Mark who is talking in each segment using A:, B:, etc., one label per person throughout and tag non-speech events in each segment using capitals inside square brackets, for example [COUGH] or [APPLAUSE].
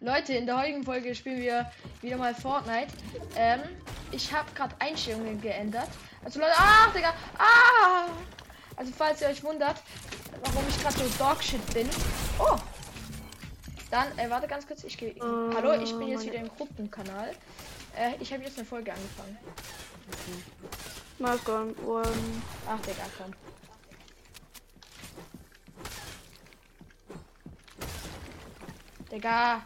A: Leute, in der heutigen Folge spielen wir wieder mal Fortnite. Ähm, ich habe gerade Einstellungen geändert. Also Leute, ach Digga, ah! Also falls ihr euch wundert, warum ich gerade so Dogshit bin. Oh! Dann, äh, warte ganz kurz, ich gehe.
B: Oh,
A: Hallo, ich bin jetzt
B: meine-
A: wieder im Gruppenkanal. Äh, ich habe jetzt eine Folge angefangen.
B: Mal um, gone one.
A: Ach Digga, komm. Digga.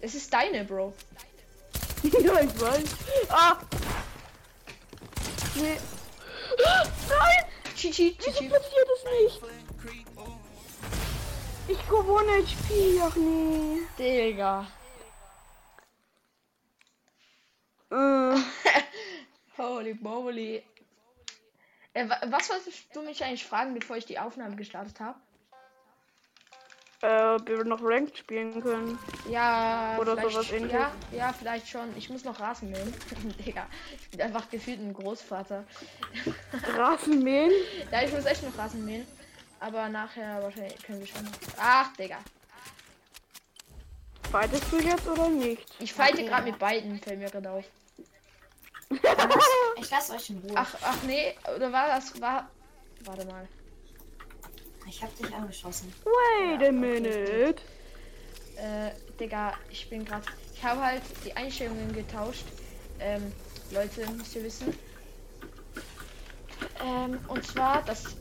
A: Es ist deine, Bro.
B: [LAUGHS] ja, ich weiß. Ah! Nee. Nein!
A: Chichi,
B: Wieso
A: chichi.
B: passiert es nicht? Ich gewohne HP, ach nee.
A: Digga.
B: Äh,
A: [LAUGHS] Holy moly. Äh, wa- was wolltest du mich eigentlich fragen, bevor ich die Aufnahme gestartet habe?
B: äh, ob wir noch Ranked spielen können.
A: Ja,
B: Oder
A: vielleicht,
B: sowas ähnliches.
A: ja, ja, vielleicht schon. Ich muss noch Rasen mähen. [LAUGHS] Digga, ich bin einfach gefühlt ein Großvater.
B: Rasenmähen?
A: Ja, ich muss echt noch Rasen mähen. Aber nachher wahrscheinlich können wir schon. noch- Ach, Digga.
B: Fightest du jetzt oder nicht?
A: Ich fighte gerade mit beiden, fällt mir gerade auf.
C: Ich lasse euch in Ruhe.
A: Ach, ach nee, oder war das, war... Warte mal.
C: Ich habe dich angeschossen.
B: Wait a minute.
A: Äh, Digga, ich bin gerade... Ich habe halt die Einstellungen getauscht. Ähm, Leute, müsst ihr wissen. Ähm, und zwar, das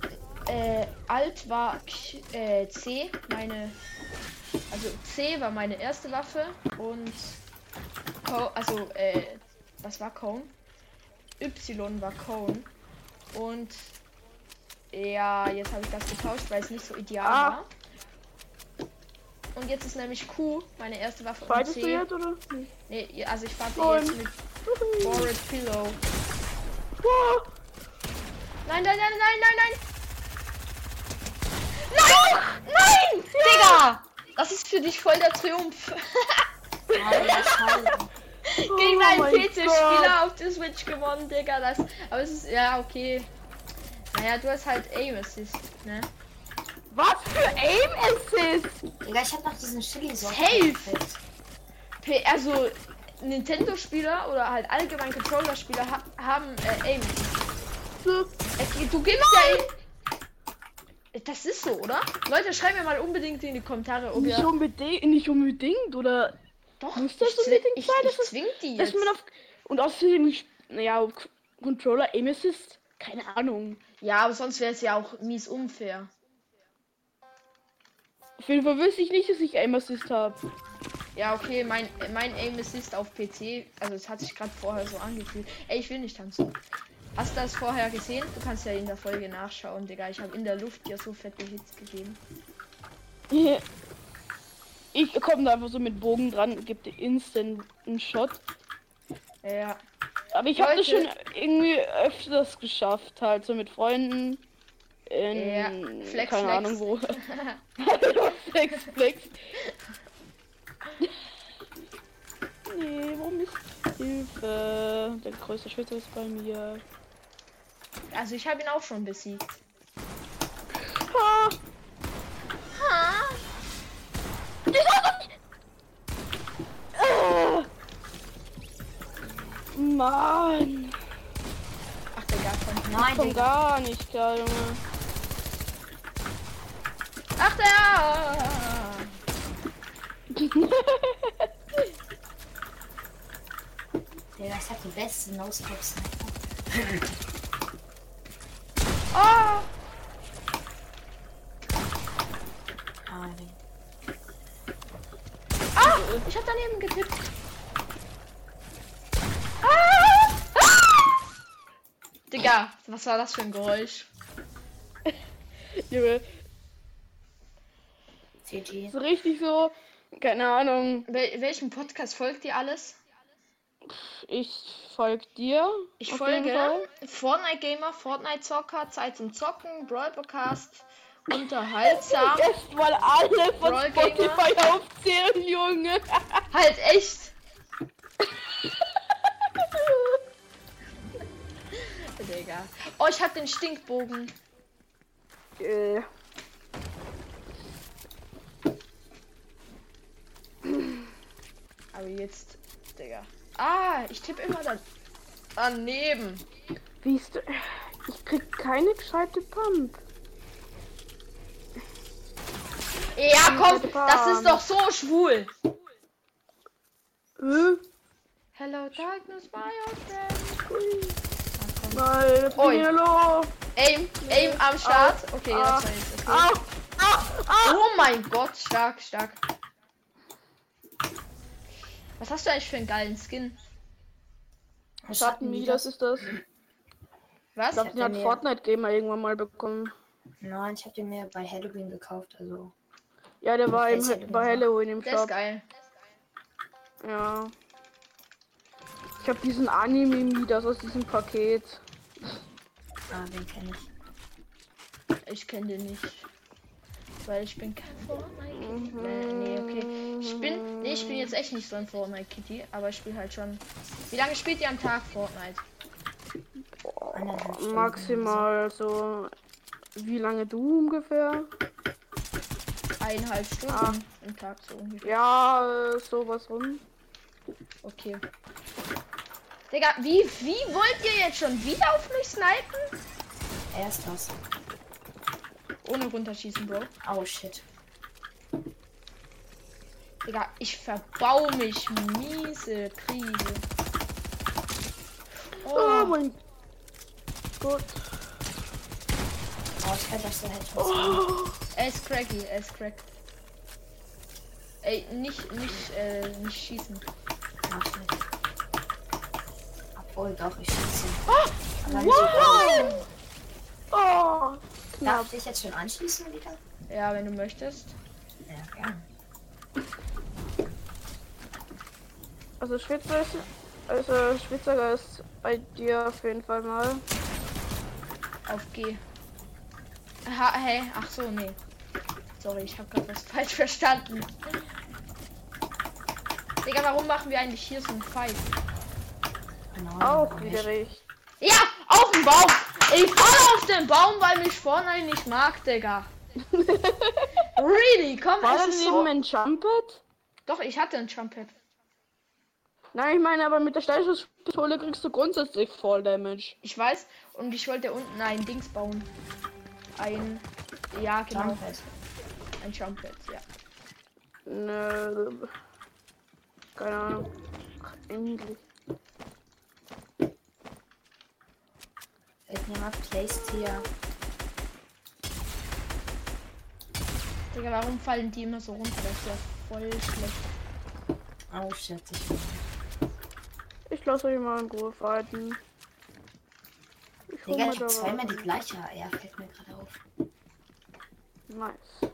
A: äh, Alt war Q- äh, C, meine... Also C war meine erste Waffe und... Co also, äh, das war Cone. Y war Cone. Und... Ja, jetzt habe ich das getauscht, weil es nicht so ideal
B: Ah.
A: war. Und jetzt ist nämlich Q meine erste Waffe und
B: Fightest du
A: C.
B: jetzt oder nicht?
A: Nee, also ich fand
B: Nein.
A: jetzt mit Bored Pillow.
B: Ah,
A: Nein, nein, nein, nein, nein, nein! Nein! Nein! Digga! Das ist für dich voll der
B: [LAUGHS]
A: Triumph.
C: Alter, Scheiße.
A: Gegen
B: oh
A: einen
B: mein
A: PC-Spieler auf der Switch gewonnen, Digga. Das, aber es ist, ja, okay. Naja, du hast halt Aim Assist, ne?
B: Gott. Was für Aim Assist?
C: Digga, ich habe noch diesen chili sauce
A: Safe. P also, Nintendo-Spieler oder halt allgemein Controller-Spieler ha haben äh, Aim Assist.
B: So,
A: Es- Du gibst ja. Das ist so, oder? Leute, schreibt mir mal unbedingt in die Kommentare, ob
B: Nicht
A: ihr.
B: unbedingt, nicht unbedingt, oder
A: Doch,
B: muss
A: ich
B: das
A: zwi-
B: unbedingt
A: ich,
B: sein,
A: Ich
B: dass es-
A: zwing die
B: Dass
A: jetzt.
B: man auf. Und außerdem, ich- naja, auf K- Controller Aim Assist, keine Ahnung.
A: Ja, aber sonst wäre es ja auch mies unfair.
B: Auf jeden Fall wüsste ich nicht, dass ich Aim Assist habe.
A: Ja, okay, mein, mein Aim Assist auf PC. Also, es hat sich gerade vorher so angefühlt. Ey, ich will nicht tanzen. Hast du das vorher gesehen? Du kannst ja in der Folge nachschauen, Digga. Ich habe in der Luft dir so fette Hits gegeben.
B: [LAUGHS] Ich komme da einfach so mit Bogen dran, gibt instant einen Shot.
A: Ja,
B: Aber ich habe das schon
A: Leute.
B: irgendwie öfters geschafft, halt so mit Freunden. In,
A: Ja, Flex, Flex.
B: keine Ahnung wo.
A: [LAUGHS]
B: flex, flex. [LAUGHS] nee, warum ist Hilfe? Der größte Schütze ist bei mir.
A: also ich habe ihn auch schon besiegt.
B: Ha!
A: Ha!
B: Ah! Mann,
A: Ach, Digga, komm.
C: Nein,
B: komm
C: Digga.
B: gar nicht klar, Junge.
A: Ach, der!
C: Digga, ich habe die beste Nose-Cops.
A: Oh!
C: Ah, Digga.
A: Ah! Ich hab daneben getippt. Ah! Ah! Digga, was war das für ein Geräusch?
B: Junge,
C: GG.
B: so richtig so, keine Ahnung.
A: Wel welchem Podcast folgt ihr alles?
B: Ich folge dir.
A: Ich
B: auf jeden Fall.
A: folge Fortnite Gamer, Fortnite Zocker, Zeit zum Zocken, Brawl Podcast, unterhaltsam.
B: Erst mal alle von
A: Brawl Gamer.
B: Spotify aufzählen, Junge.
A: halt echt! Digga. Oh, ich hab den Stinkbogen.
B: Äh.
A: Aber jetzt, Digga. Ah, ich tippe immer da daneben.
B: Siehst du, ich krieg keine gescheite Pump.
A: Ja, komm, das ist doch so schwul.
B: Äh,
A: Hello darkness, my old friend.
B: weil das
A: Oi.
B: Hallo.
A: Aim, aim am Start. Okay, das war jetzt okay.
B: Au, au, au.
A: Oh mein Gott, stark, stark. Was hast du eigentlich für einen geilen Skin?
B: Schatten wie, das ist das. Ich
A: Was?
B: glaube, den
C: Ja,
B: hat
C: nee.
B: Fortnite Gamer irgendwann mal bekommen.
C: Nein, ich habe den mir bei Halloween gekauft, also.
B: Ja, der war
C: Der
B: im,
C: ist halt
B: bei
C: immer so.
B: Halloween im
A: Der ist
B: Shop.
A: geil.
B: Ja. Ich habe diesen Anime Midas aus diesem Paket.
C: Ah, den kenne ich.
A: Ich kenne den nicht. Weil ich bin kein Fortnite-Kitty. Äh, nee, okay.
B: Mhm.
A: Ich bin. Nee, ich bin jetzt echt nicht so ein Fortnite-Kitty, aber ich spiele halt schon. Wie lange spielt ihr am Tag Fortnite?
C: Anderthalb Stunden
B: Maximal so. Wie lange du ungefähr?
A: Eineinhalb Stunden
B: Ah.
A: am Tag so ungefähr.
B: Ja, äh, sowas rum.
A: Okay. Digga, wie, wie wollt ihr jetzt schon wieder auf mich snipen?
C: Er ist das.
A: Ohne runterschießen, Bro.
C: Oh shit.
A: Digga, ich verbau mich. Miese Krise.
B: Oh,
A: Oh,
B: mein Gott.
C: Oh, ich kann das so Headshots machen.
A: er ist cracky, er ist crack. Ey, nicht, nicht, äh, nicht schießen.
C: Mach nicht. Obwohl, doch, ich schieße.
B: Ah,
C: Aber nicht
A: Wow!
C: so
B: Oh,
C: gut. Darf ich dich jetzt schon anschließen wieder?
A: Ja, wenn du möchtest.
C: Ja, gerne.
B: also Schwitzer ist, also Schwitzer ist bei dir auf jeden Fall mal.
A: Auf G. Ha, hey, ach so, nee. Sorry, ich habe gerade was [LAUGHS] falsch verstanden. Digga, warum machen wir eigentlich hier so einen Fight?
C: Genau.
B: Auch
C: aber ich-
B: widerlich.
A: Ja, auf den Baum! Ich falle auf den Baum, weil mich vorne nicht mag, Digga. really, komm,
B: War
A: es
B: das
A: ist
B: eben
A: so.
B: ein Jumpet?
A: Doch, ich hatte ein Trumpet.
B: Nein, ich meine, aber mit der Steinschusspistole kriegst du grundsätzlich Fall Damage.
A: Ich weiß, und ich wollte unten ein Dings bauen. Ein. Ja, genau.
C: Jumphead.
A: Ein Trumpet, ja.
B: Nö. Keine Ahnung. Ach, endlich.
C: Irgendjemand placed hier.
A: Digga, warum fallen die immer so runter? Das ist ja voll schlecht.
C: Oh shit, ich bin.
B: Ich lasse euch mal in Ruhe fighten. Ich hol
C: Digga,
B: mir
C: ich
B: da
C: hab
B: was.
C: zweimal die gleiche. Ja, fällt mir gerade auf.
B: Nice.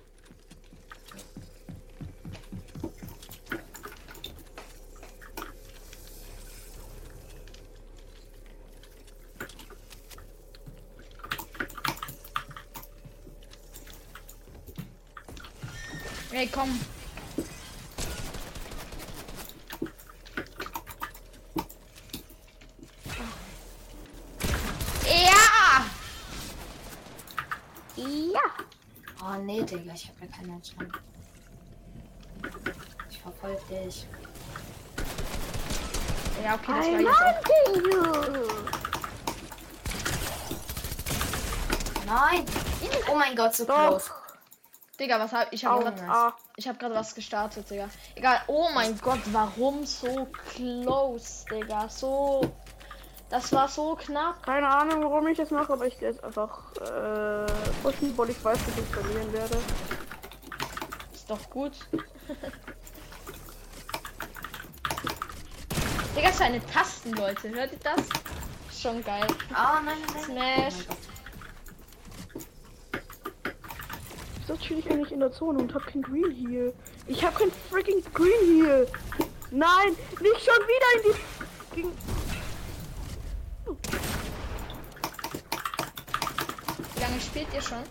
A: Ey, komm. Ja!
B: Ja.
C: Oh nee, Digga, ich hab ja keine Entscheidung. Ich verfolge dich.
A: Ja, okay, das war
B: I'm
A: jetzt auch.
B: hunting you.
C: Nein! Oh mein Gott, so
B: Doch.
C: close.
A: Digga, was hab ich?
B: Au,
A: Hab grad,
B: ah.
A: ich habe gerade was gestartet, Digga. Egal. Oh mein Gott, warum so close, Digga? So. Das war so knapp.
B: Keine Ahnung, warum ich das mache, aber ich gehe jetzt einfach äh, pushen, weil ich weiß, dass ich verlieren werde.
A: Ist doch gut. [LAUGHS] Digga, seine Tasten, Leute. Hört ihr das? Schon geil.
C: Ah, nein, nein, nein. Oh
A: Smash.
B: Wieso chill ich eigentlich in der Zone und hab kein Green Heal? Ich hab kein freaking Green Heal! Nein, nicht schon wieder in die... Ging...
A: Wie lange spielt ihr schon?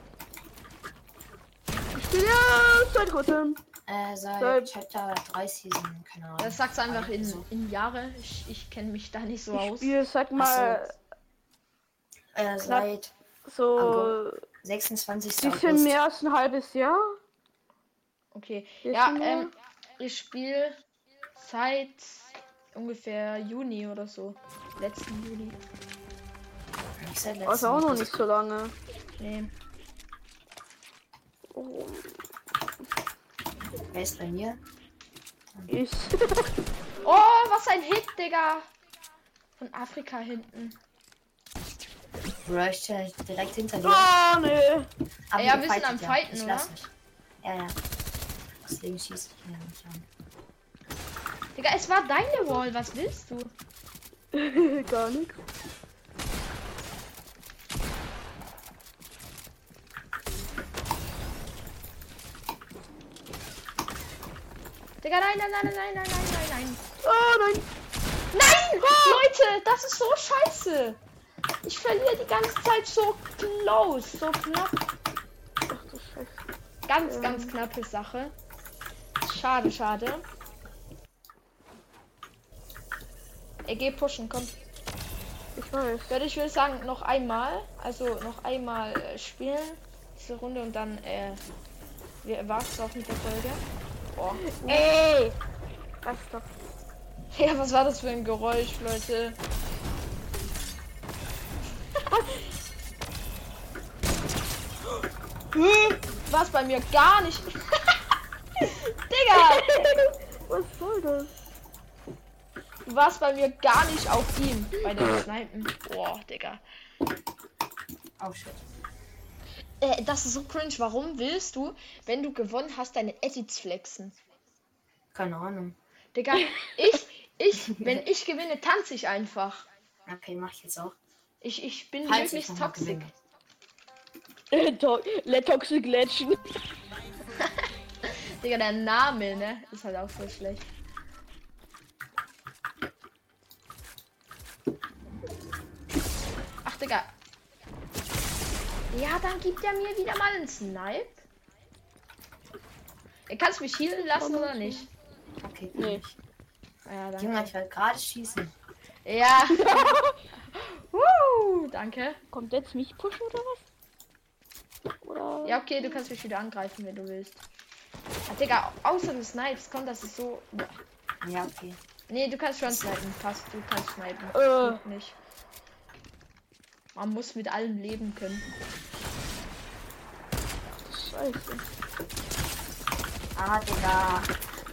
B: Ich bin ja seit kurzem.
C: Äh, seit
B: Seit-
C: Chapter 3 Season, keine Ahnung.
A: Das sagst du einfach in,
C: Also,
A: in Jahre. Ich, ich kenne mich da nicht so
B: Ich
A: aus.
B: spiel, sag mal,
C: Äh, seit
B: so...
C: Aber- 26.
B: Bisschen
C: August.
B: mehr als ein halbes Jahr.
A: Okay.
B: Bisschen
A: Ja,
B: mehr.
A: ähm, ich spiele seit ungefähr Juni oder so. Letzten Juni.
C: Ich seit letztem
D: Also auch noch nicht so lange.
A: Nee.
D: Oh,
C: Wer ist bei mir?
B: [LAUGHS]
D: ich.
A: Oh, was ein Hit, Digga! Von Afrika hinten.
C: Bro, ich stell dich direkt hinter dir.
D: Ah,
B: [LAUGHS]
D: nee.
A: Ey, ja,
C: ihr
A: wir sind
C: fightet
A: am
C: ja.
A: Fighten,
C: ich
A: oder?
C: lass mich. Ja, ja. Deswegen schieße ich mir nicht an.
A: Digga, es war deine Wall, was willst du?
D: Gar nichts.
A: Digga, nein, nein, nein, nein, nein, nein, nein, nein.
D: Ah, nein.
A: Nein! Leute, das ist so scheiße! Ich verliere die ganze Zeit so close, so knapp.
D: Ach du Scheiße.
A: Ganz, ganz knappe Sache. Schade, schade. Er geht pushen, komm.
D: Ich weiß.
A: Leute, ich würde sagen, noch einmal, also noch einmal äh, spielen, diese Runde und dann äh, wir war's auch mit der Folge. Boah. [LAUGHS]
D: Ey! Das ist doch.
A: Ja, was war das für ein Geräusch, Leute? Hä? War's Hm? bei mir gar nicht. [LAUGHS] Digga,
D: Was soll das?
A: du warst bei mir gar nicht auf ihm. Bei den Snipen. Boah, Digga.
C: Oh shit.
A: Äh, das ist so cringe. Warum willst du, wenn du gewonnen hast, deine Edits flexen?
C: Keine Ahnung.
A: [LAUGHS] Digga, ich, ich, wenn ich gewinne, tanze ich einfach.
C: Okay, mach ich jetzt auch.
A: Ich, ich bin
C: Falls ich
A: wirklich
C: noch mal
A: toxisch.
C: gewinne.
B: To- Le Toxic Legend.
A: Digga, der Name, ne? Ist halt auch so schlecht. Ach, Digga. Ja, dann gibt er mir wieder mal einen Snipe. Er kannst mich healen lassen oder nicht? Ah,
C: Okay, kann
B: Nee.
C: ich.
A: Ja,
C: Junge,
A: danke.
C: ich wollte gerade schießen.
A: Ja. Woo, danke.
B: Kommt jetzt mich pushen oder was? Oder?
A: Ja, okay, du kannst mich wieder angreifen, wenn du willst. Ah, Digga, außer du snipes, komm, das ist so.
C: Ja, okay.
A: Nee, du kannst schon snipen. Passt, du kannst snipen.
B: Äh.
A: Geht Nicht. Man muss mit allem leben können.
D: Scheiße.
C: Ah, Digga.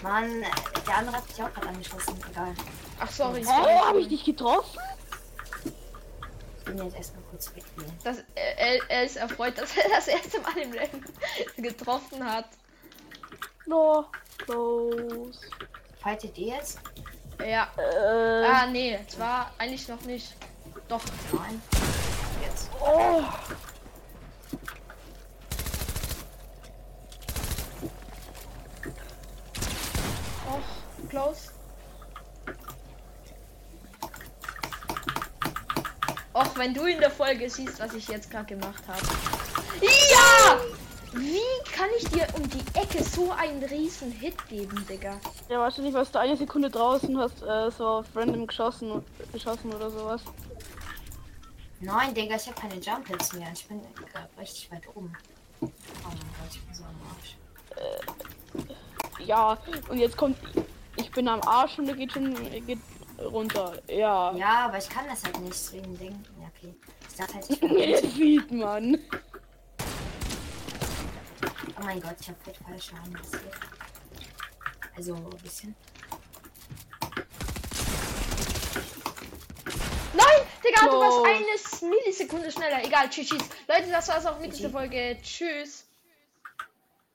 C: Mann, der andere hat mich auch gerade angeschossen. Egal.
A: Ach, sorry. sorry.
B: Oh, hab ich dich getroffen?
C: Ich bin jetzt erstmal kurz weg. hier.
A: Das, äh, er, er- er ist erfreut, [LAUGHS] dass er das erste Mal im Leben [LAUGHS] getroffen hat.
B: No. Close.
C: Fightet ihr jetzt?
A: Ja.
B: Äh.
A: Ah, nee, zwar eigentlich noch nicht. Doch.
C: Nein. Jetzt.
B: Oh.
A: Och, close. Och, wenn du in der Folge siehst, was ich jetzt gerade gemacht habe. Ja! Wie kann ich dir um die Ecke so einen riesen Hit geben, Digga?
B: Ja, wahrscheinlich warst du eine Sekunde draußen, hast äh, so auf random geschossen, geschossen oder sowas.
C: Nein, Digga, ich habe keine Jump Hits mehr. Ich bin grad richtig weit oben. Oh mein Gott, ich bin so am Arsch.
B: Ja, und jetzt kommt, ich bin am Arsch und er geht schon er geht runter. Ja.
C: Ja, aber ich kann das halt nicht, deswegen Ding. Ja, okay. Ich dachte halt, ich bin
B: [LAUGHS] Jetzt sieht man.
C: Oh mein Gott, ich habe total Schaden kassiert. Also ein bisschen.
A: Nein, Digga, du
B: Close.
A: warst eine Millisekunde schneller. Egal, tschüss, tschüss. Leute, das war's auch mit dieser Folge. Tschüss.